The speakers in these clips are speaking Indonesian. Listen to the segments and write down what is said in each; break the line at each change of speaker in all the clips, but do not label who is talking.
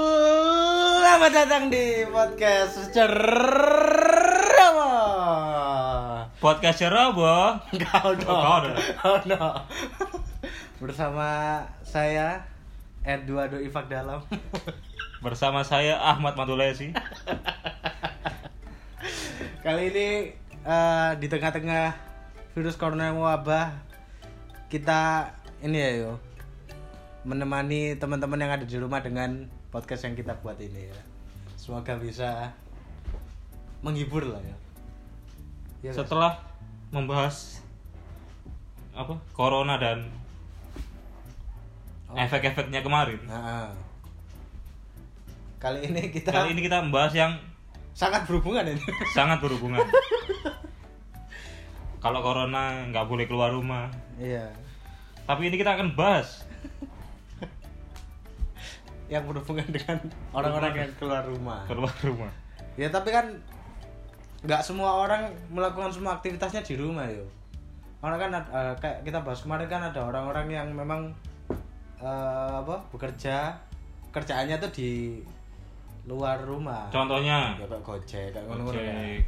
Selamat datang di podcast Cerama.
Podcast Ceroboh.
Enggak no.
Oh, no.
Oh, no. Bersama saya Eduardo Ifak Dalam.
Bersama saya Ahmad Matulesi.
Kali ini eh, di tengah-tengah virus corona yang mewabah kita ini ya yo menemani teman-teman yang ada di rumah dengan podcast yang kita buat ini ya. Semoga bisa menghibur lah ya. Ya, guys.
Setelah membahas apa? Corona dan
Oh.
efek-efeknya kemarin.
Nah, kali ini kita
Kali ini kita membahas yang
sangat berhubungan ini.
sangat berhubungan. Kalau corona nggak boleh keluar rumah.
Iya.
Tapi ini kita akan bahas
Yang berhubungan dengan orang-orang yang keluar rumah.
keluar rumah.
Ya tapi kan nggak semua orang melakukan semua aktivitasnya di rumah yo. Orang kan ad- eh, kayak kita bahas kemarin kan ada orang-orang yang memang eh, apa bekerja kerjaannya tuh di luar rumah.
Contohnya
Ya kayak gojek kayak ngono-ngono kan.
Gojek.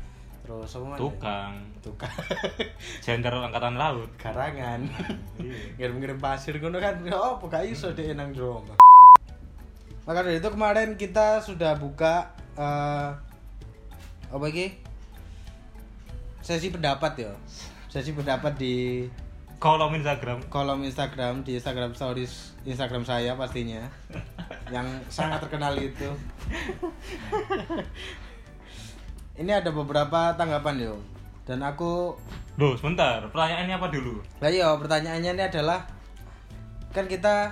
Terus apa mana?
tukang,
Tukang.
gender angkatan laut.
karangan ngirim-ngirim pasir ngono kan oh gak iso deh nang jero omah. maka dari itu kemarin kita sudah buka eh apa iki sesi pendapat ya sesi pendapat di
Kolom Instagram.
kolom Instagram di Instagram stories Instagram saya pastinya yang sangat terkenal itu ini ada beberapa tanggapan yo dan aku
Loh, sebentar. Pertanyaannya apa dulu?
Nah iya pertanyaannya ini adalah kan kita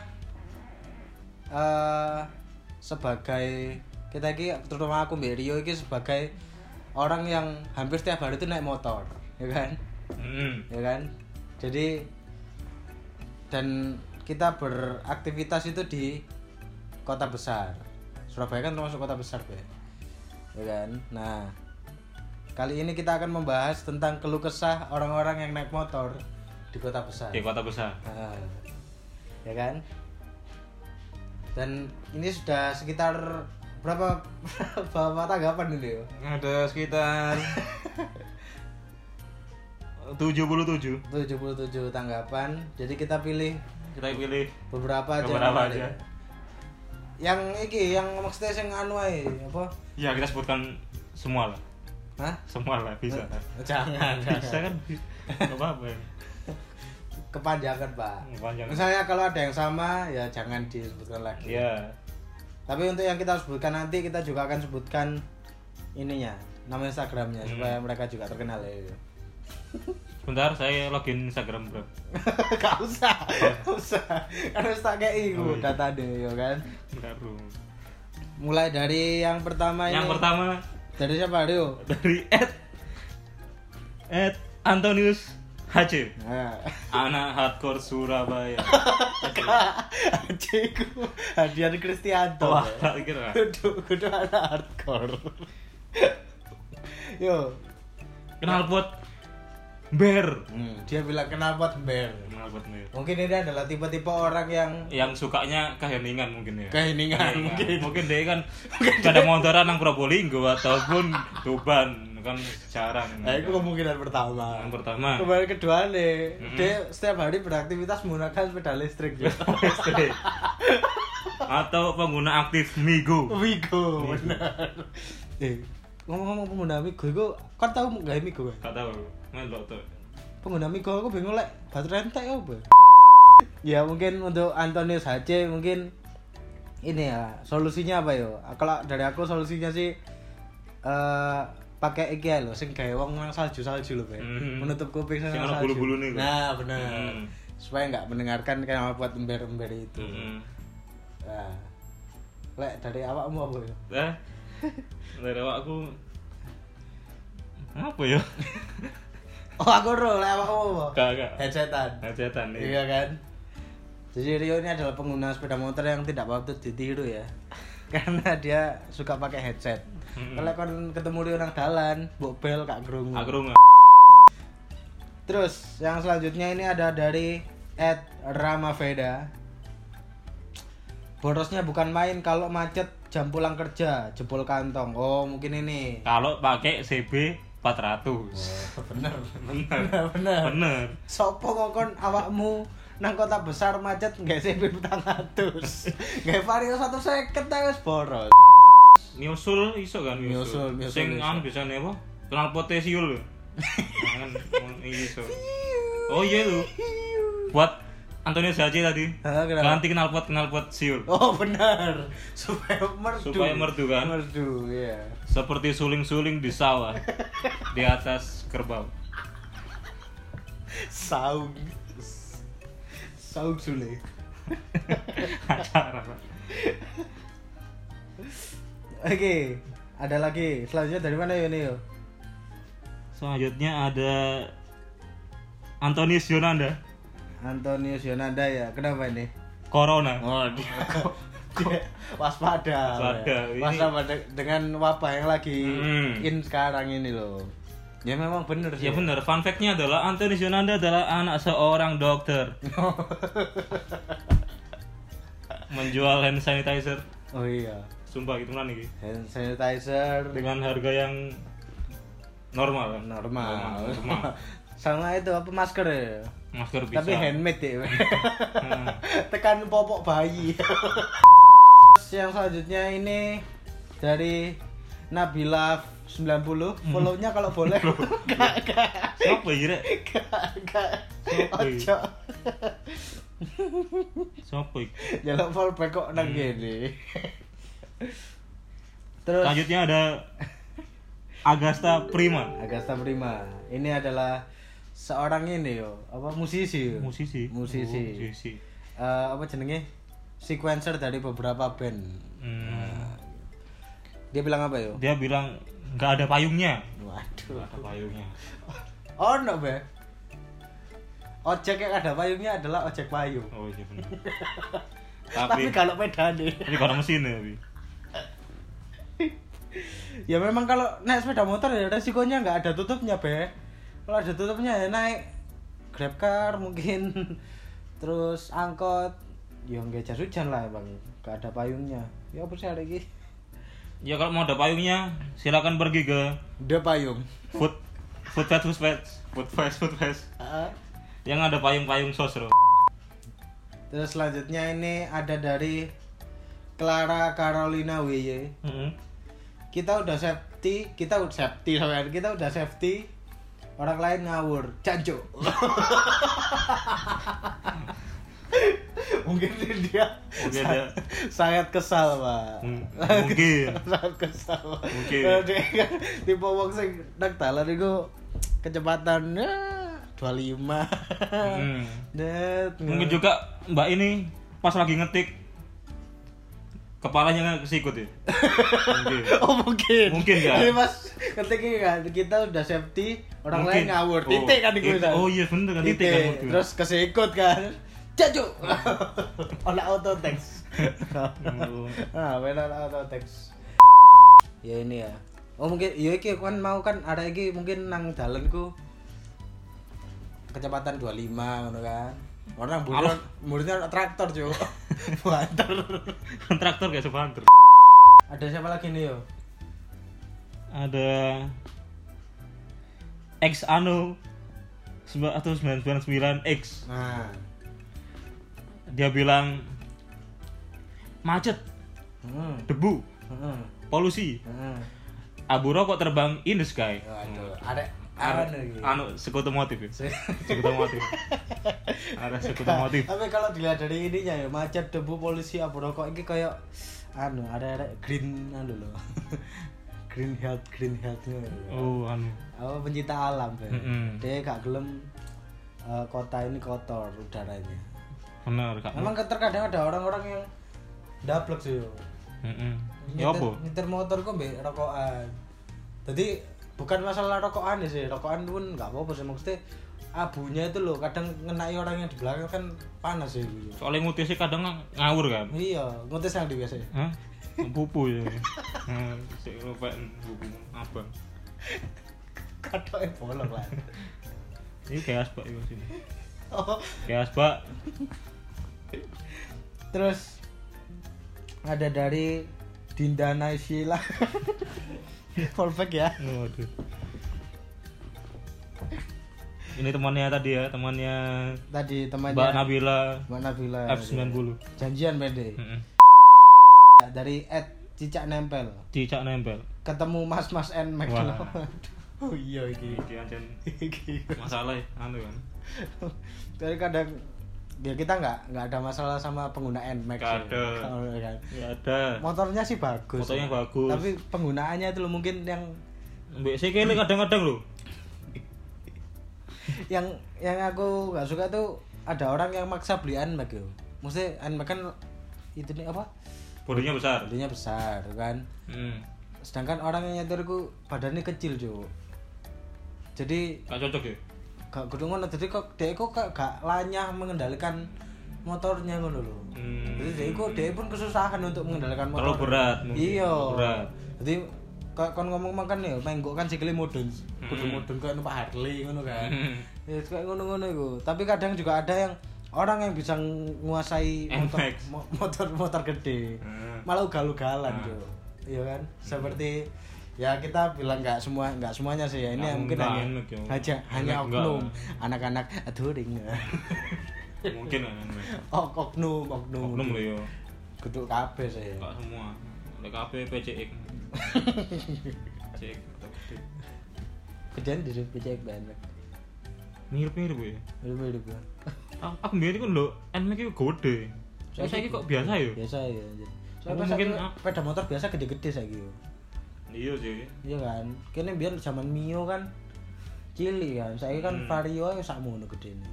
eh sebagai kita ini terutama aku Mbak Rio ini sebagai orang yang hampir setiap hari itu naik motor ya kan
Hmm.
ya kan jadi dan kita beraktivitas itu di kota besar Surabaya kan termasuk kota besar Be. ya kan nah kali ini kita akan membahas tentang keluh kesah orang-orang yang naik motor di kota besar
Di kota besar.
Ah, ya kan dan ini sudah sekitar berapa berapa tanggapan ini yo?
Ada sekitar 77
77 tanggapan jadi kita pilih
kita pilih
beberapa aja kemarin.
Beberapa aja.
yang iki yang maksudnya yang anu ae apa
ya kita sebutkan semua lah
hah
semua lah bisa
jangan
Iya. bisa kan nggak apa-apa ya.
kepanjangan pak
Hmm, Kepanjangan.
misalnya kalau ada yang sama ya jangan disebutkan lagi
ya
tapi untuk yang kita sebutkan nanti kita juga akan sebutkan ininya nama instagramnya
Hmm.
supaya mereka juga terkenal ya
sebentar saya login Instagram bro
gak usah gak usah harus tak kayak
Iya. Oh,
iku
iya.
data deh yo kan
Bentar, bro.
mulai dari yang pertama
yang
ini
pertama
dari siapa Rio
dari Ed Ed Antonius HC
Nah.
anak hardcore Surabaya
Adikku Hadian Kristianto.
wah tak kira
Kudu kudu anak hardcore. Yo.
kenal buat bear
dia bilang kenapa bear.
kenal buat bear
Mungkin ini adalah tipe-tipe orang yang
yang sukanya keheningan mungkin ya
keheningan mungkin.
mungkin dia kan gak ada motoran nang Probolinggo ataupun Tuban kan jarang
Nah, itu kemungkinan pertama.
yang pertama Hmm.
Kemarin kedua nih, dia setiap hari beraktivitas menggunakan sepeda listrik. ya.
listrik. Iya. atau pengguna aktif Migo
Wigo, benar. Eh, ngomong-ngomong pengguna Wigo, itu kan tahu nggak Wigo? Kan?
gak tahu melok tuh
pengguna Migo aku bingung lek baterai entek apa ya mungkin untuk Antonius HC mungkin ini ya solusinya apa yo kalau dari aku solusinya sih eh pakai iki ae lho sing gawe wong nang salju-salju lho, Be.
Hmm.
Menutup kuping
Sing
nang
ana
salju.
bulu-bulune iku.
Nah, bener.
Hmm.
Supaya nggak mendengarkan kenapa buat ember-ember itu.
Mm-mm.
Nah. Lek dari awakmu apa ya? yo?
eh dari aku apa ya
Oh, aku ro lek awakmu apa?
gak gak
Headsetan.
ngecetan nih
Iya kan? Jadi Rio ini adalah pengguna sepeda motor yang tidak patut ditiru ya. Karena dia suka pakai headset.
Mm-mm.
Kalau kon ketemu Rio nang dalan, mbok bel kak grungu.
aku nggak
Terus yang selanjutnya ini ada dari Ed Ramaveda. Borosnya bukan main kalau macet jam pulang kerja, jebol kantong. Oh, mungkin ini.
Kalau pakai CB 400.
Oh, Bener.
Bener.
Bener.
Bener.
Sopo ngokon awakmu nang kota besar macet nggak sih bintang atus nggak vario satu seket ae wis boros
Nyusul iso kan
Nyusul,
nyusul.
nyusul
Sing
iso.
anu bisa apa? Kenal potesiul. Jangan iso. Oh iya lu. Buat Antonio Saji tadi.
Hah, kenapa?
Ganti kenal pot kenal pot siul.
oh bener supaya merdu
Supaya merdu, kan?
merdu ya
Seperti suling-suling di sawah di atas kerbau.
saung saung sule
Acara.
oke ada lagi selanjutnya dari mana ini yo
Selanjutnya ada Antonius Yonanda.
Antonius Yonanda ya kenapa ini
Corona.
oh dia dia waspada
Waspada,
weh.
ini-
waspada de- dengan wabah yang lagi
Hmm.
in sekarang ini loh ya memang bener sih
Ya benar, fun fact-nya adalah Antonius Yonanda adalah anak seorang dokter. Menjual hand sanitizer.
oh iya
Sumpah gitu kan iki.
hand sanitizer
Dengan harga yang normal kan.
normal,
normal.
sama itu apa masker ya
Masker bisa.
tapi handmade ya weh.
Hmm.
tekan popok bayi Terus yang selanjutnya ini dari Nabila
Hmm.
90 follownya kalau boleh Gak, gak,
Siapa ya, Rek?
gak, gak.
Siapa ini?
ojo
Siapa ini?
jalan fallback kok nang
Hmm.
gini terus
Selanjutnya ada Agasta Prima,
Agasta Prima ini adalah seorang ini yo apa musisi yo.
musisi.
musisi,
Oh, musisi.
Eh, apa jenenge sequencer dari beberapa band Eh, gitu.
Hmm.
dia bilang apa yo
Dia bilang nggak ada payungnya.
waduh
Nggak ada payungnya.
Oh no be. Ojek yang ada payungnya adalah ojek payung.
Oh iya benar.
Tapi,
tapi
kalau sepeda nih.
tapi karena mesin ya, Bi.
Ya memang kalau naik sepeda motor ya resikonya nggak ada tutupnya be. Kalau ada tutupnya ya naik grab car mungkin terus angkot ya nggak jas hujan lah bang nggak ada payungnya ya apa sih ada lagi
Ya kalau mau ada payungnya, silakan pergi ke
udah payung
food food fest food fest food fest food fest
Ah.
yang ada payung-payung sosro.
terus selanjutnya ini ada dari Clara Carolina WY
Heeh.
kita udah safety kita udah safety sampean kita udah safety orang lain ngawur canco mungkin dia
Mungkin dia-
sangat kesal pak
M- mungkin.
sangat kesal
Mungkin.
Nah, dia kan tipe wong sing nang dalan ya, iku kecepatannya 25
Hmm.
Net,
Mungkin juga Mbak ini pas lagi ngetik kepalanya nggak kesikut ya. Mungkin.
Oh mungkin.
Mungkin, kan?
Jadi pas ketika kan kita udah safety, orang lain
Mungkin.
ngawur.
Oh,
Titik kan di
titik. Oh, iya, bener kan, titik kan, mungkin.
Terus kesikut kan. Jajuk. Ola auto text. ah, benar auto text. Ya ini ya. Oh mungkin ya iki kan mau kan ada iki mungkin nang dalanku kecepatan 25 ngono kan. Orang muridnya, muridnya traktor, cuy. Banter.
Kontraktor kayak Kan sebanter.
Ada siapa lagi nih yo?
Ada X Anu 1999 X.
Nah.
Dia bilang macet,
Hmm.
debu,
Heeh.
polusi,
Heeh.
abu rokok terbang in the sky.
Aduh, ada ada
Ada
lagi.
Hmm. anu sekutu motif ya.
Se-
Sekutu motif. Ada sekutu motif.
Tapi kalau dilihat dari ininya ya macet debu polisi abu rokok ini kayak anu ada ada green anu loh. green health green health
Oh, anu.
Apa pencinta alam be.
Mm-mm.
Dia gak gelem eh, kota ini kotor udaranya.
Bener, Kak.
Memang ke- terkadang ada orang-orang yang daplek sih. yo.
Heeh. Ya
Nyetir-
apa?
Nyetir motor kok mbek rokokan. Jadi bukan masalah rokokan ya sih, rokokan pun nggak apa-apa sih maksudnya abunya itu loh kadang ngenai orang yang di belakang kan panas ya gitu.
Soalnya ngutisi kadang ng- ngawur kan.
Iya, ngotes yang di biasa. ya.
Hah? Pupu ya. Nah, sik lupa pupu apa?
Katoke bolong lah.
Ini kayak asbak ya sini.
Oh.
Kayak asbak
Terus ada dari Dinda Naisila Fallback ya
Waduh. Ini temannya tadi ya, temannya
tadi temannya
Mbak Nabila
Mbak Nabila
F90.
janjian pede
Mm-mm.
dari Ed Cicak Nempel
Cicak nempel.
ketemu Mas Mas N
Wah.
oh iya iki
Dia ada masalah ya, anu kan.
dari kadang ya kita nggak nggak ada masalah sama penggunaan Max
Nggak ada.
kan.
Ya ada.
motornya sih bagus
Motornya bagus.
tapi penggunaannya itu loh mungkin yang
Mbak sih kele kadang-kadang loh.
yang yang aku nggak suka tuh ada orang yang maksa beli Nmax gitu mesti Nmax kan itu nih apa
Bodinya besar.
belinya besar kan
Hmm.
sedangkan orang yang nyetirku badannya kecil cuy jadi
Gak cocok ya?
gak kudu ngono jadi kok dia kok gak, gak lanyah mengendalikan motornya ngono lho
Hmm.
jadi dia kok dia pun kesusahan untuk mengendalikan
Terlalu
motor
berat mungkin,
iya
terlalu berat.
jadi kok kon ngomong makan ya menggok kan sikile mudun kudu
Hmm.
mudun kayak numpak Harley ngono kan
Hmm.
ya kayak ngono-ngono iku tapi kadang juga ada yang orang yang bisa menguasai motor
NMAX.
mo- motor motor gede
Hmm.
malah ugal-ugalan
Hmm.
tuh iya kan seperti ya kita bilang nggak semua nggak semuanya sih ya ini
Nggak
yang mungkin
enggak
hanya
enak ya.
aja hanya
Enak enggak.
oknum anak-anak aduring
Mungkin kan. Mbak.
ok oknum oknum
Oknum loh ya.
geduk kabeh sih
Gak semua. Lek KP PCX. PCX.
kerjaan di BCX banget
Mirip-mirip ya.
hidup-hidup ya.
aku aku biar itu lo NMAX itu gede saya
Saiki
ini kok biasa ya
biasa ya anjir.
Aku
soalnya
mungkin,
mungkin
ah.
sepeda motor biasa gede-gede saya gitu
iya sih
iya kan kene biar zaman Mio kan cilik kan saiki kan
Hmm.
Vario ya sakmono gedene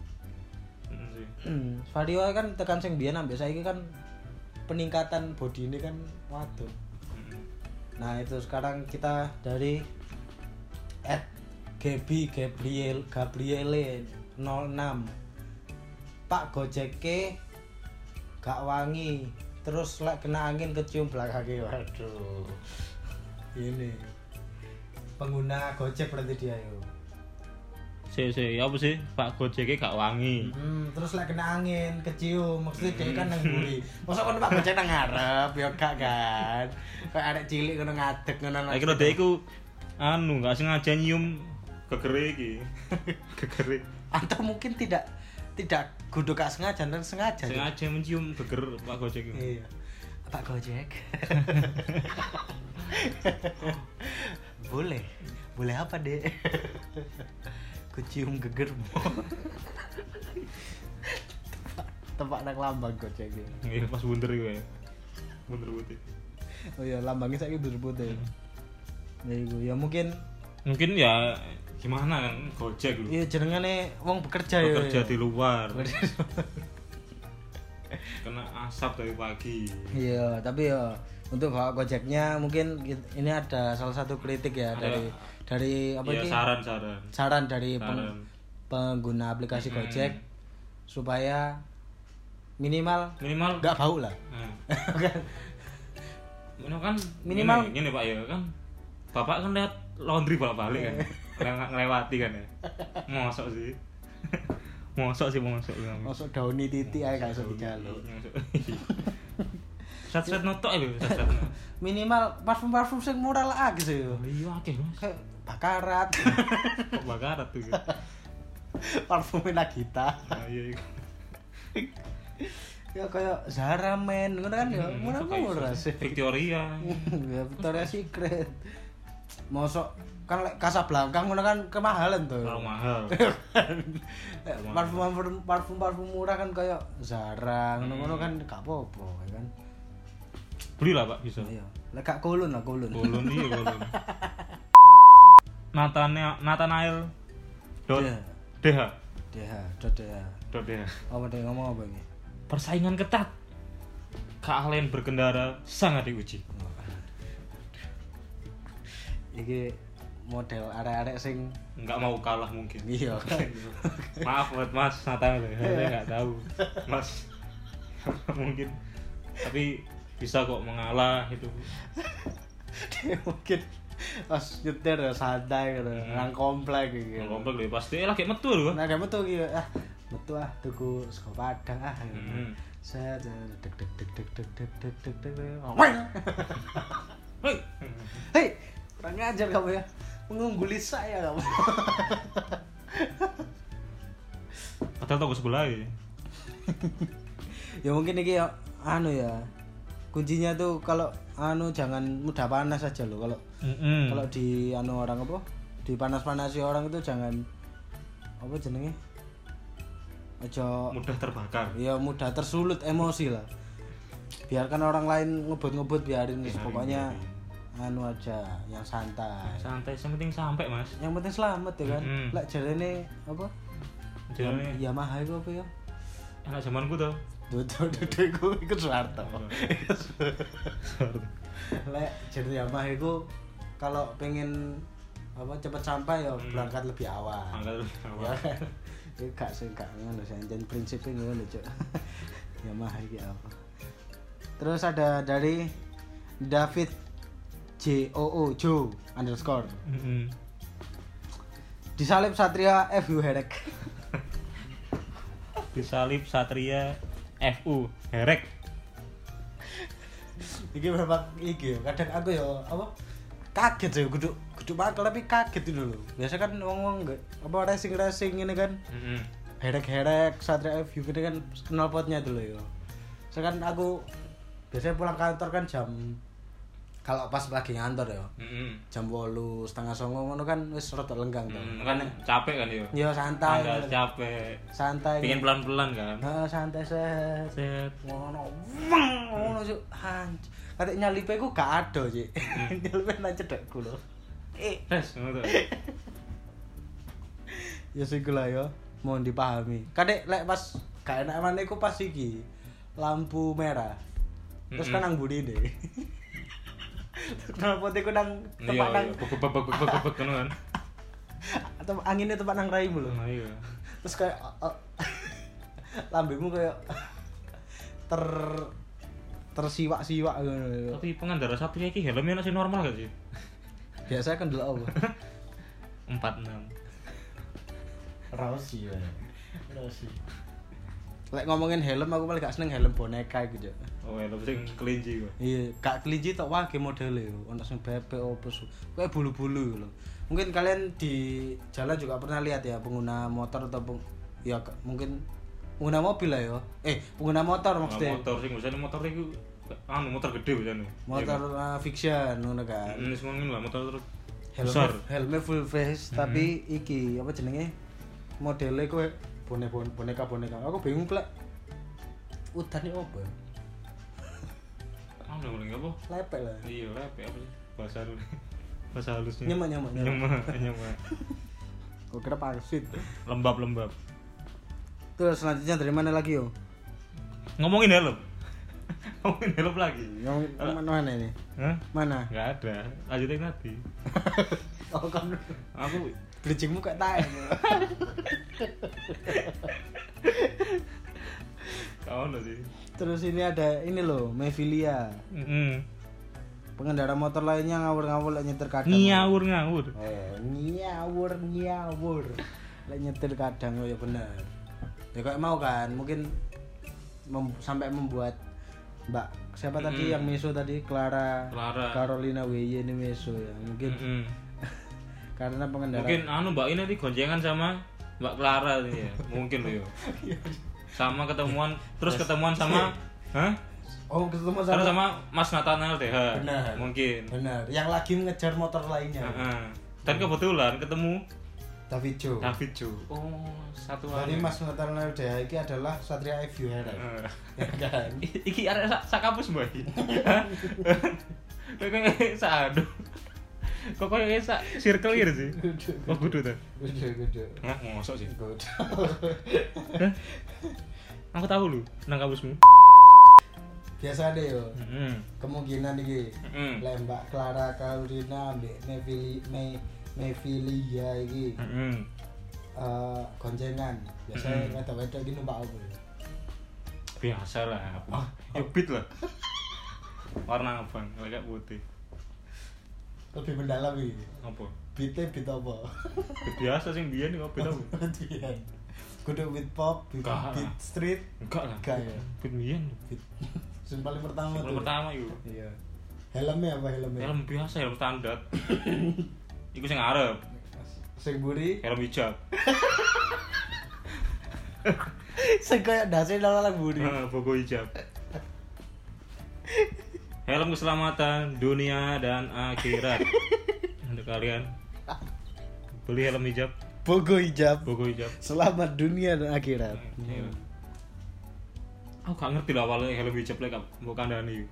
Mm, sih.
Vario kan tekan sing biyen ambek saiki kan peningkatan body ini kan waduh
Mm.
nah itu sekarang kita dari at Gabi Gabriel Gabriele 06 Pak Gojeke gak wangi terus lek kena angin kecium belakangnya waduh ini pengguna Gojek berarti dia yo
sih sih ya apa sih Pak Gojek gak wangi
Hmm, terus lek kena angin kecium maksudnya dia kan nang buri masa kon Pak Gojek nang ngarep yo gak kan kayak arek cilik ngono ngadeg ngono nang-
Lah kira dia itu anu gak sengaja nyium kegere iki kegere
atau mungkin tidak tidak kudu gak sengaja dan sengaja
sengaja mencium geger Pak Gojek itu.
iya pak gojek boleh boleh apa dek kucium gegermu Tempat- tempat nang lambang gojek ini.
iya pas bunder itu ya bunder putih
oh iya lambangnya saya gitu putih ya iku. ya mungkin
mungkin ya gimana kan Gojek lu
iya jenengane wong bekerja ya
bekerja di luar
Bekerja di luar.
kena asap dari pagi
Iya, tapi ya untuk bawa gojeknya mungkin ki- ini ada salah satu kritik ya
Ada.
dari dari apa
ya
ini?
saran-saran
Saran dari peng-
Saran.
pengguna aplikasi
Mm-mm.
Gojek supaya minimal
minimal
nggak bau lah.
Nah.
Kan?
Ini kan
Minimal.
ini, Pak ya kan. Bapak kan lihat laundry bolak balik kan. Ngele- Ngelewati kan ya. Mosok sih. mosok sih mosok.
Masuk dauni titik aja gak usah dijaluk.
Set-set notok ya, set-set.
Minimal parfum-parfum sing murah lah gitu. ya.
Iya akeh, Mas.
Kayak bakarat,
Kok bakarat tuh.
parfum Nagita.
Nah, iya iya.
Ya kayak Zara men, ngono kan ya
Hmm,
murah-murah sih.
sok iso. Victoria.
ya Victoria Secret mosok kan lek Casablanca ngono kan kemahalan tuh
Terlalu mahal.
Lek parfum parfum parfum parfum murah kan kayak Zara ngono ngono kan gak apa-apa ya kan
Belilah, Pak, bisa.
iya lek gak kulun lah kulun
Bolon iya, bolon. Nathan Nathanael. Dot.
Iya.
DH.
DH dot DH
Dot DH.
apa dia ngomong apa ini
persaingan ketat keahlian berkendara sangat diuji
iki model arek-arek sing
nggak mau kalah mungkin
iya
maaf buat mas Nathan saya nggak tahu mas mungkin tapi bisa kok mengalah itu
Dia mungkin pas nyetir ya santai gitu nang komplek gitu
komplek ya, deh pasti eh, lagi metu loh
Nah, ada metu iki ah, metu ah tuku sego Padang ah.
Hmm.
Set, set, deg deg deg deg deg deg deg deg deg deg.
Hei.
Hei, kurang ajar kamu ya. Mengungguli saya kamu.
Padahal toko sebelah ya.
ya mungkin ini ya anu ya. Kuncinya tuh kalau anu jangan mudah panas aja loh kalau
Mm-mm.
kalau di anu orang apa? Dipanas-panasi orang itu jangan apa jenenge? Aja
mudah terbakar.
ya mudah tersulut emosi lah biarkan orang lain ngebut-ngebut biarin wis. pokoknya anu aja yang santai
Santai, yang penting sampai, Mas.
yang penting selamat ya kan
Mm-mm.
lek jarene apa
Jadi,
Yamaha itu apa ya
anak zamanku tuh.
Duduk duduk iku iku Soeharto. Lek jadi Yamaha iku kalau pengen apa cepet sampai ya berangkat lebih awal.
Angkat lebih awal.
Ya kan? Iku gak sih gak ngono sih anjen prinsipnya ngono cuk. Yamaha iki apa. Terus ada dari David J O O Joe underscore
Mm-mm.
disalib Satria F U Herek
Disalib Satria FU Herek.
iki berapa iki ya kadang aku ya apa kaget ya kudu kudu makel tapi kaget itu dulu biasa kan ngomong nggak apa racing racing ini kan
Mm-mm.
herek herek satria FU gitu kan kenal potnya dulu ya sekarang aku biasanya pulang kantor kan jam kalau pas lagi ngantor ya
Mm-mm.
jam bolu setengah songo ngono kan wis rada lenggang tuh
Mm, Kan capek kan yo.
ya santai
Agak capek.
santai
Pengen pelan-pelan kan.
Heeh, santai set
Set.
ngono weng ngono cuk hancur kate nyalipe ku gak ada cik nyalipe nang cedekku lho eh
Tes, ngono Iya, tuh.
ya sing lah ya mohon dipahami kate lek pas gak enak mana iku pas iki lampu merah terus kan nang budi deh terus kenapa iku nang
Iya,
tempat nang
iya. Bek bek bek bek bek bek ngono kan.
tem- anginnya tempat nang raimu lho
Nah, iya.
terus kayak uh, uh, lambemu kayak ter tersiwak-siwak ngono
Tapi pengendara Satria iki helmnya masih normal gak sih?
biasanya kan dulu apa
46.
Rausi ya. Rausi. Lek ngomongin helm aku paling gak seneng helm boneka iku, Cuk.
Oh, helm sing kelinci gua.
Iya, gak kelinci tok wae modele yo. e, Ono sing bebek opo su. Kayak bulu-bulu iku lho. Mungkin kalian di jalan juga pernah lihat ya pengguna motor atau peng... ya ke- mungkin pengguna mobil lah yo. Eh, pengguna motor
Nah,
maksudnya.
motor sing biasanya motor iku anu motor gede biasanya.
Motor uh, fiction ngono kan.
Ini semua ini lah motor terus
Helmnya,
Iya. besar. Mm-hmm.
helmnya full face tapi iki apa jenenge? Modele kowe boneka boneka boneka. Aku bingung plek. Udane opo ya?
Anu paling apa?
lepek lah
Iya, lepe apa sih? Bahasa halus. Bahasa halusnya.
nyemak nyemak nyemak
Nyemak, nyemak.
gue kira pangsit
Lembab-lembab.
terus selanjutnya dari mana lagi yo
Ngomongin helm. Ngomongin helm lagi.
yang yang mana mana ini
Hah?
mana
Enggak ada. Lanjutin nanti.
oh kan
Aku
bridgingmu kayak tae
tahu nggak sih?
terus ini ada ini loh Mevilia
Mm-mm.
pengendara motor lainnya ngawur-ngawur lek nyetir kadang
Ngiawur ngawur.
Eh, nyiawur nyiawur lek nyetir kadang oh ya bener ya kayak mau kan mungkin mem- sampai membuat Mbak siapa tadi yang meso tadi Clara
Clara.
Carolina WY ini meso ya mungkin
Mm-mm.
karena pengendara
Mungkin anu Mbak ini nanti goncengan sama Mbak Clara nih ya. Mungkin loh yo. Iya. Sama ketemuan terus ketemuan sama Hah?
oh ketemu
Terus
sama
sama Mas Nathaniel TH.
Benar.
Mungkin.
benar yang lagi mengejar motor lainnya
Heeh. Dan kebetulan ketemu
David Joe
David Jo. Oh, satu
Jadi
hari.
Mas Nathaniel Dea ini adalah Satria Eview Hera
Heeh.
ya kan
I- Iki arek sak sak kampus mbak. Hah? Kok kayak sak aduh. Kok kayak sak circle gitu sih. Oh kudu tuh.
gede gede
Nggak Nah, ngosok sih.
Good.
Hah? Aku tahu lu nang kampusmu.
biasa deh yo
Heeh.
kemungkinan nih
Heeh.
lek Mbak Clara Carolina Mbak Nevili Me Mevilia ini
Heeh.
eh goncengan biasanya wedok-wedok ini numpak apa ya?
Biasa lah aku. Ya beat lah. Warna abang, agak putih.
lebih mendalam ini
Apa?
beatnya beat apa?
Biasa sih biyen kok beda.
Beat apa? Gudeg with pop, beat,
Enggak.
beat street,
enggak lah
Enggak ya?
Benien
beat. Yang paling pertama
yang
tuh.
pertama yuk
Iya. Helmnya apa helmnya?
helm biasa helm standar Iku sing arep
Sing buri.
helm hijab
Sing kayak dasi lalang buri.
Heeh, bogo hijab helm keselamatan dunia dan akhirat untuk kalian beli helm hijab
Bogo hijab.
bogo hijab
Selamat dunia dan akhirat.
Iya. aku gak ngerti lah awalnya helm hijab lek mbok kandhani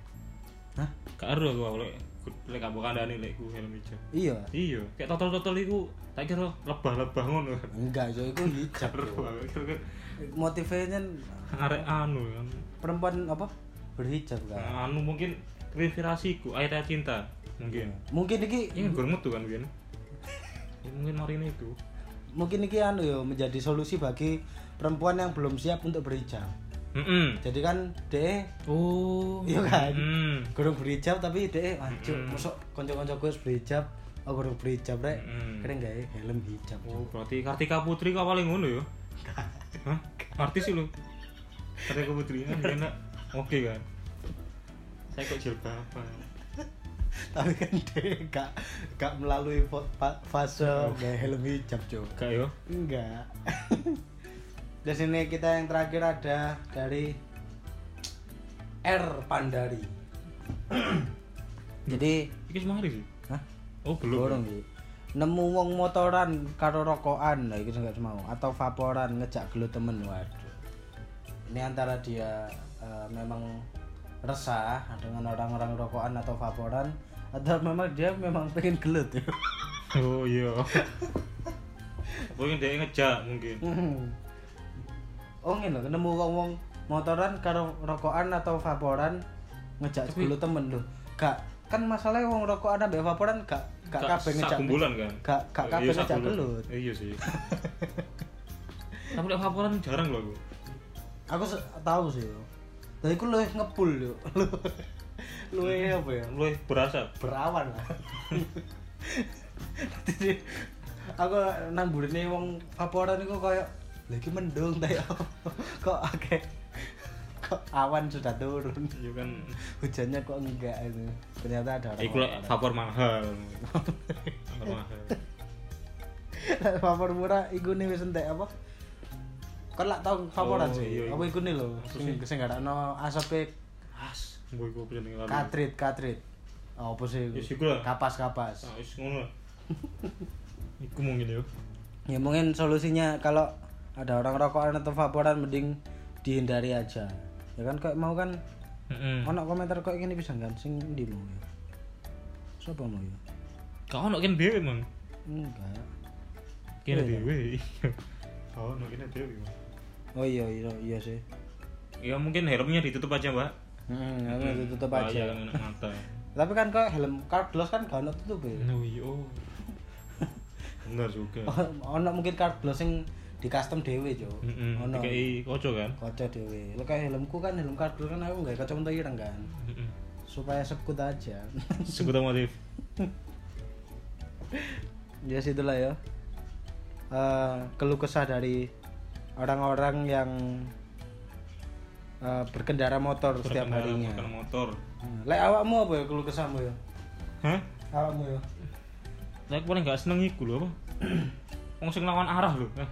Hah?
gak ero aku awalnya lek gak mbok kandhani lek ku helm hijab
Iya.
iya kayak totol-totol iku tak kira lebah-lebah ngono
Enggak, yo itu hijab.
Karo
yo.
aku kira
Motifnya kan
arek anu kan
perempuan apa? Berhijab kan.
Nah, anu mungkin inspirasiku ayat ayat cinta mungkin
Mungkin iki
ini gue metu kan mungkin ya, mungkin Marina itu
mungkin iki anu yo menjadi solusi bagi perempuan yang belum siap untuk berhijab.
Mm-mm.
Jadi kan deh
oh
Iya kan?
Mm.
gurung berhijab tapi deh anjuk
Mm.
mosok kanca-kanca gue berhijab aku gurung berhijab rek
Mm.
keren gak ya helm hijab
oh berarti Kartika Putri kau paling ngono ya Hah? artis sih lu Kartika Putri kan dia enak oke kan saya kok jilbaban
tapi kan deh gak gak melalui fo- fa- fase gak helm hijab cok
gak yo
enggak di sini kita yang terakhir ada dari R Pandari jadi
ini semua hari sih
Hah?
oh belum
Borong iki. Nemu wong motoran karo rokokan lah iki enggak semau atau vaporan ngejak gelo temen waduh. Ini antara dia eh, memang resah dengan orang-orang rokokan atau vaporan atau memang dia memang pengen gelut ya.
oh iya mungkin dia ngejak mungkin
oh ngene lho nemu wong-wong motoran karo rokokan atau vaporan ngejak
Tapi-
gelo temen lho. Gak kan masalahnya wong rokokan ambek vaporan gak gak kabeh ngejak
bulan kan
gak gak kabeh
Iya,
ngejak
sakumbulan.
gelut.
Eh, iya sih tapi lek laporan jarang loh aku
aku se- tahu sih yo. tapi aku luwih ngebul yo luwih apa ya
lu berasa
berawan lah Jadi, aku namburine wong vaporan iku koyo lagi mendung ta yo kok akeh kok awan sudah turun
iya kan
hujannya kok enggak itu ternyata ada
iku lek
orang
vapor mahal vapor mahal
vapor murah iku nih wis entek apa kan lak tau vaporan
Oh, iya,
sih
iya.
apa iku nih lho sing sing gak ana asepe
as gue gue punya tinggal lalu
Katrit, katrit. Oh, apa sih?
Ya, sih gua.
Kapas, kapas.
nah is ngono lah. iku mungkin yo
Ya mungkin solusinya kalau ada orang rokokan atau vaporan mending dihindari aja. Ya kan kayak mau kan
Heeh.
ono komentar kok ini bisa kan sing ndi mau ya. Siapa mau ya?
Kau ono kan dhewe mang.
Enggak.
Kene
Iya,
dhewe. Kau ono kene dhewe. Mang.
Oh iya iya iya sih.
Ya mungkin helmnya ditutup aja, Mbak.
Hmm, iya. harus tutup aja.
Bahaya kan enak mata.
Tapi kan kok helm cardlos kan gak ono tutup ya.
No yo. oh. Bener juga.
Oh, Ono mungkin cardlos sing di custom dhewe, Cuk.
Heeh.
Ono.
Dikai kocok kan.
Kocok dhewe. Lek kayak helmku kan helm cardlos kan aku gak kacamata ireng kan.
Heeh.
supaya sekut aja
Sekutu motif.
ya situlah ya Eh, keluh kesah dari orang-orang yang eh, berkendara motor setiap
Berkendara
harinya
bukan motor.
Hmm. lek awakmu apa ya keluh kesahmu ya
Hah?
awakmu ya
Lah aku paling gak seneng iku lho apa? Wong sing lawan arah lho. Eh,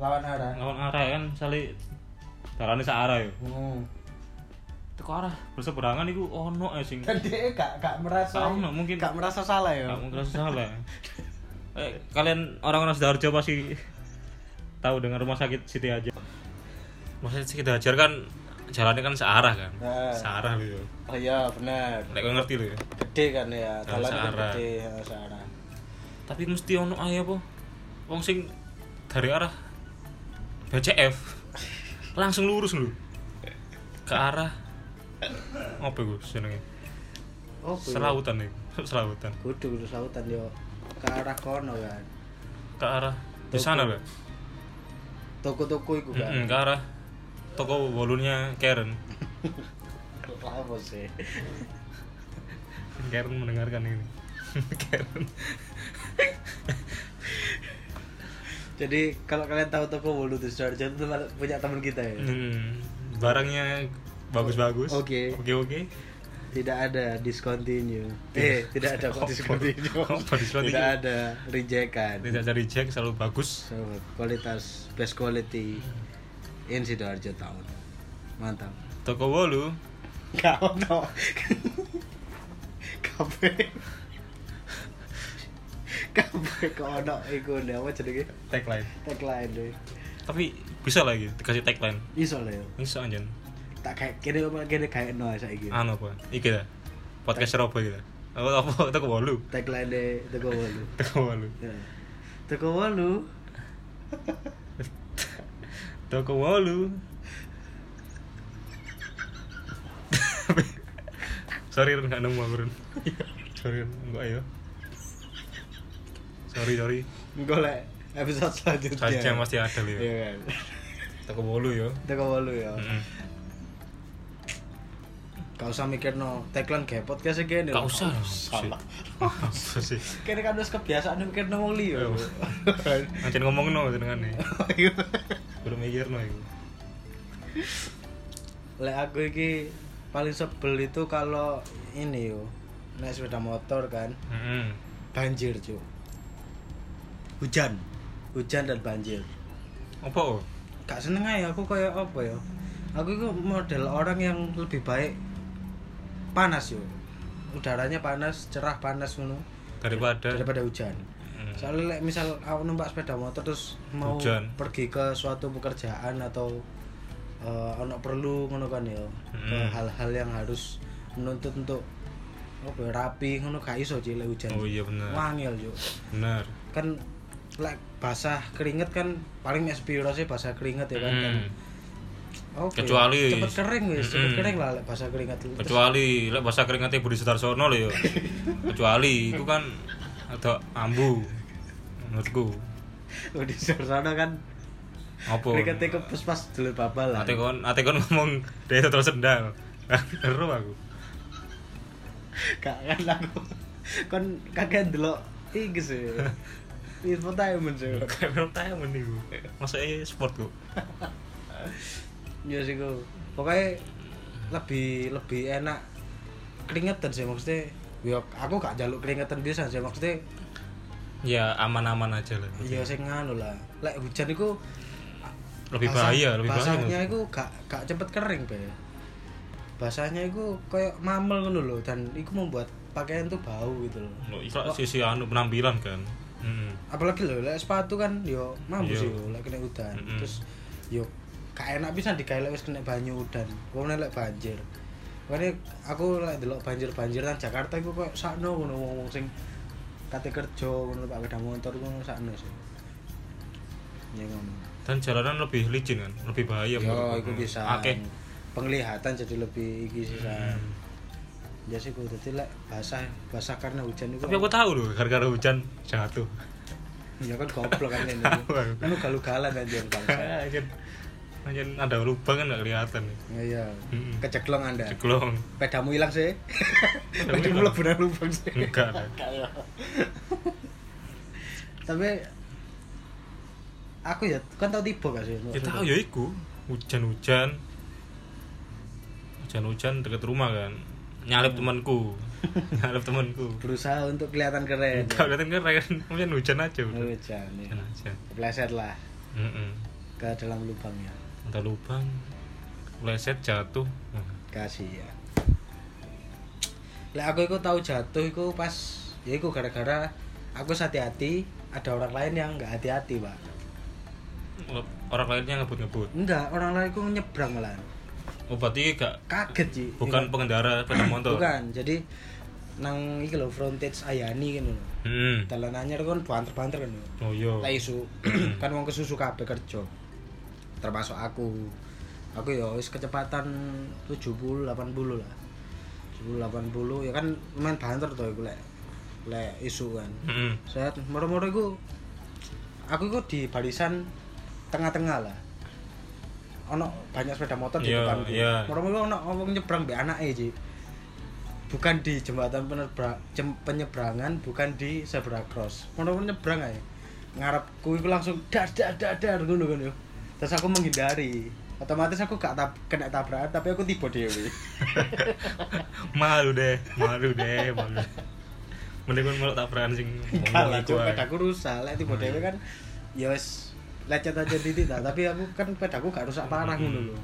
lawan arah
lawan arah kan sale darane sak arah yo.
hmm.
Teko arah berseberangan iku ono ae sing
dan Kan dia gak, gak merasa
Tahu nggak mungkin.
gak merasa salah ya
eh, gak mungkin rasa salah. Eh, kalian orang-orang Sidoarjo pasti tahu dengan rumah sakit Siti Hajar. Rumah sakit Siti Hajar kan jalannya kan searah kan.
Nah.
Searah lho yo.
oh iya benar
Nek kowe ngerti lho ya.
gede kan ya jalan
Jalan
kan
searah.
gede ya, searah
Tapi mesti ono ae apa? Wong sing dari arah BCF langsung lurus lho. Ke arah apa iku jenenge?
oh kudu
Selautan iku. Selautan.
kudu sautan yo ke arah kono kan
Ke arah di sana lho.
toko-toko itu kan
Mm-mm, ke arah toko bolunya Karen.
apa sih
Karen mendengarkan ini. Karen.
Jadi kalau kalian tahu toko Wolu di Sidoarjo itu tempat- punya teman kita ya.
Hmm, barangnya bagus-bagus.
Oke.
Oke oke.
Tidak ada discontinue. Eh, tidak ada kok
Apa?
discontinue.
Apa Iya. discontinue?
Tidak ada rejekan.
Tidak cari jack selalu bagus.
So, kualitas best quality in Sidoarjo Town. Mantap.
Toko Wolu
Gak ono. Kafe. Kafe kok ono iku ndek apa jenenge?
tagline.
Tagline deh.
Tapi bisa lagi dikasih tagline.
Iso lah yo.
Bisa anjen.
Tak kayak kene apa kene kayak no saiki.
Anu apa? Iki dah. Podcast Robo gitu. Apa apa Toko Wolu.
Tagline deh teko wolu.
Toko Wolu.
Ya. Teko wolu.
Toko Wolu. sorry Run, gak nemu aku Run. Sorry Run, enggak ayo. Sorry sorry.
Engko lek episode selanjutnya.
Saja pasti ada lho.
Iya
ya.
kan.
Toko Wolu yo.
Teko wolu ya.
Heeh.
Gak usah mikir no tagline kayak podcast iki
Gak usah.
Salah.
Apa sih?
Kene kan wis kebiasaan mikir no ya. wong
Oh.
liya.
Ancen ngomong no jenengan nih.
Iya.
Baru mikir no iku.
Lek aku iki paling sebel itu kalau ini yo naik sepeda motor kan
Heeh.
banjir cuy hujan hujan dan banjir
Apa? oh?
gak seneng aja aku kayak apa ya aku itu model orang yang lebih baik panas yo udaranya panas cerah panas ngono
Daripada
daripada hujan
Hmm.
soalnya like, misal aku numpak sepeda motor terus mau
Hujan.
pergi ke suatu pekerjaan atau eh, ono perlu ngono kan ya ke
Mm.
hal-hal yang harus menuntut untuk apa ya, rapi ngono gak iso cilik hujan
Oh iya bener.
wangil yo
Bener.
kan like basah keringet kan paling es piro sih basah keringet ya kan kan
Hmm.
Oke.
Kecuali- Hmm.
cepet kering wis cepet
Mm-mm.
kering lah like basah keringet Terus-
Kecuali lek bahasa keringatnya Budi Sudarsono lho yo. Kecuali itu kan ada ambu. Menurutku.
Oh, di sana kan
Apa?
keringetnya ke pas pas dulu papa lah
Ate kon ate kon ngomong dari total sendal. Seru aku.
Kak kan aku kan kakek delok iki sih. Infotainment sih.
Kayak belum tahu mending iku. Masuk sport kok.
Ya sih ku. Pokoknya lebih lebih enak keringetan sih maksudnya. Yo aku gak jaluk keringetan biasa sih maksudnya.
Ya aman-aman aja lah.
Ya sing nganu lah. Lek hujan iku
Lebih
basah-
bahaya, lebih bahaya.
Basahnya iku gak gak cepet kering, Be. Basahnya iku kayak mamel ngono lho dan iku membuat pakaian tuh bau gitu loh.
Loh, itu sisi anu penampilan kan. Mm.
apalagi lho lek sepatu kan yo mampus
Iya.
yo lek kena udan
Mm-mm.
terus yo gak enak pisan digawe lek wis kena banyu udan wong lek banjir Makanya aku lek delok banjir-banjiran Jakarta iku kok sakno ngono wong-wong sing kate kerja ngono pak sepeda motor ngono sakno sih. Ya ngono.
Dan jalanan lebih licin kan, lebih
Yo
bahaya.
Iya, iku bisa.
Oke. Hmm.
Penglihatan jadi lebih iki sih San. Ya sih kudu lek basah basah karena hujan iku.
Tapi aku tahu loh, gara-gara hujan jatuh.
ya kan goblok kan ini.
Tahu aku.
Kan ugal-ugalan anjir bangsa.
Anjir. Anjir ada lubang kan nggak kelihatan.
Iya.
Mm-mm.
Keceklong Anda.
Ceklong.
Pedamu hilang sih.
Pedamu
Pedamu
hilang.
leburan lubang sih.
Enggak. kan? ya. lah.
Tapi aku ya kan tau tiba gak sih?
Ya tahu ya iku, hujan-hujan. Hujan-hujan deket rumah kan. Nyalip
Hmm.
temanku. Nyalip temanku.
Berusaha untuk kelihatan keren. ya.
Enggak kelihatan keren, kemudian hujan aja udah.
Hujan. ya.
Hujan aja.
Kepleset lah
Mm-mm.
ke dalam lubangnya.
Ada lubang. Leset jatuh. Nah.
Kasih ya. Lah aku itu tahu jatuh itu pas ya itu gara-gara aku hati-hati ada orang lain yang nggak hati-hati pak
orang lainnya ngebut-ngebut
enggak orang lain itu nyebrang malah
oh berarti gak
kaget sih
bukan pengendara sepeda
Iya.
motor
Bukan, jadi nang iki lho frontage Ayani kan lho.
hmm.
Dalan anyar kan banter-banter kan lho.
oh iya
Lah isu kan wong kesusu kabeh kerja. Termasuk aku. Aku ya wis kecepatan 70 80 lah. 70 80 ya kan main banter to iku lek lek isu kan.
Mm-mm.
Saya moro-moro iku aku iku di barisan tengah-tengah lah. Ono banyak sepeda motor di
Iya,
depanku.
iya.
Moro-moro ono wong nyebrang mbek anake iki. Bukan di jembatan penerbra- jem- penyeberangan, bukan di zebra cross. Moro-moro nyebrang ae. ngarepku iku langsung dar dar dar dar ngono kan yo. Terus aku menghindari. Otomatis aku gak tab kena tabrakan tapi aku tiba dewe.
malu deh malu deh malu mending kan malu tabrakan sing ngomong
Kalah cuk
gitu, eh. iku ae.
pedaku rusak lek tiba dewe kan ya wis lecet aja titik ta, tapi aku kan pedaku gak rusak parah ngono lho.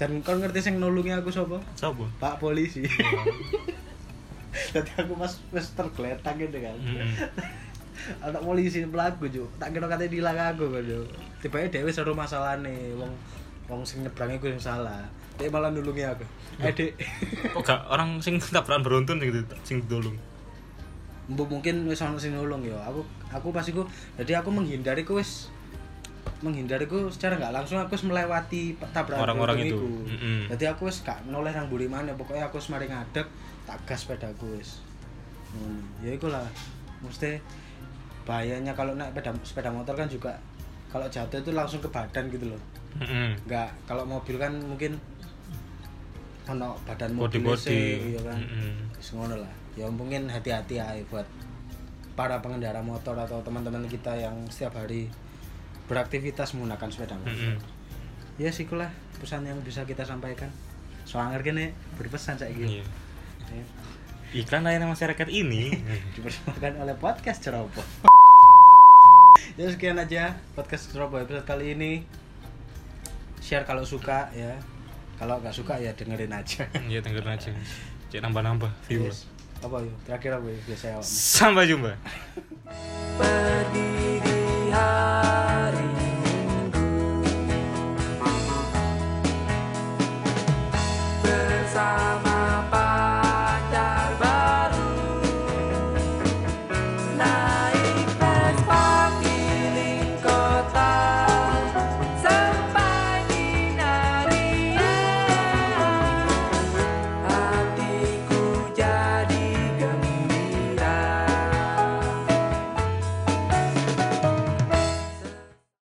Dan kau ngerti sing nulungi aku sapa?
Sopo?
Pak polisi.
Hmm.
Tadi aku mas mas tergeletak gitu kan.
Mm-mm.
anak polisi pelaku juk tak kira katanya dilang aku kan juk tiba tiba dewi seru masalah nih wong wong sing nyebrangnya gue yang salah dia malah nulungi aku eh dek
kok gak orang sing tabrakan beruntun sing sing dolung
mbok mungkin wis ono sing nulung ya aku aku pas iku jadi aku menghindari ku wis menghindari ku secara nggak langsung aku wis melewati tabrakan
Orang-orang
beruntun
itu.
iku.
Mm-mm.
jadi aku wis gak noleh nang mburi mana pokoknya aku wis mari ngadeg tak gas pedaku wis hmm, ya ikulah mesti bahayanya kalau naik sepeda, sepeda motor kan juga kalau jatuh itu langsung ke badan gitu loh
Mm-mm.
nggak kalau mobil kan mungkin ono badan mobil
body-body
iya kan
Mm-mm.
Wis ngono lah. Ya mungkin hati-hati aja buat para pengendara motor atau teman-teman kita yang setiap hari beraktivitas menggunakan sepeda motor.
Mm-mm.
Ya sih ikulah pesan yang bisa kita sampaikan. Soalnya kene berpesan saya gitu.
Iya. iklan layanan masyarakat ini
Dipersembahkan oleh podcast Ceroboh. ya sekian aja podcast Ceroboh episode kali ini. Share kalau suka ya. Kalau nggak suka ya dengerin aja.
iya dengerin aja cek nambah-nambah view
Yes. Apa ya? yuk? Terakhir apa yuk? Biasanya awakmu.
sampai jumpa
Berdiri di hadapan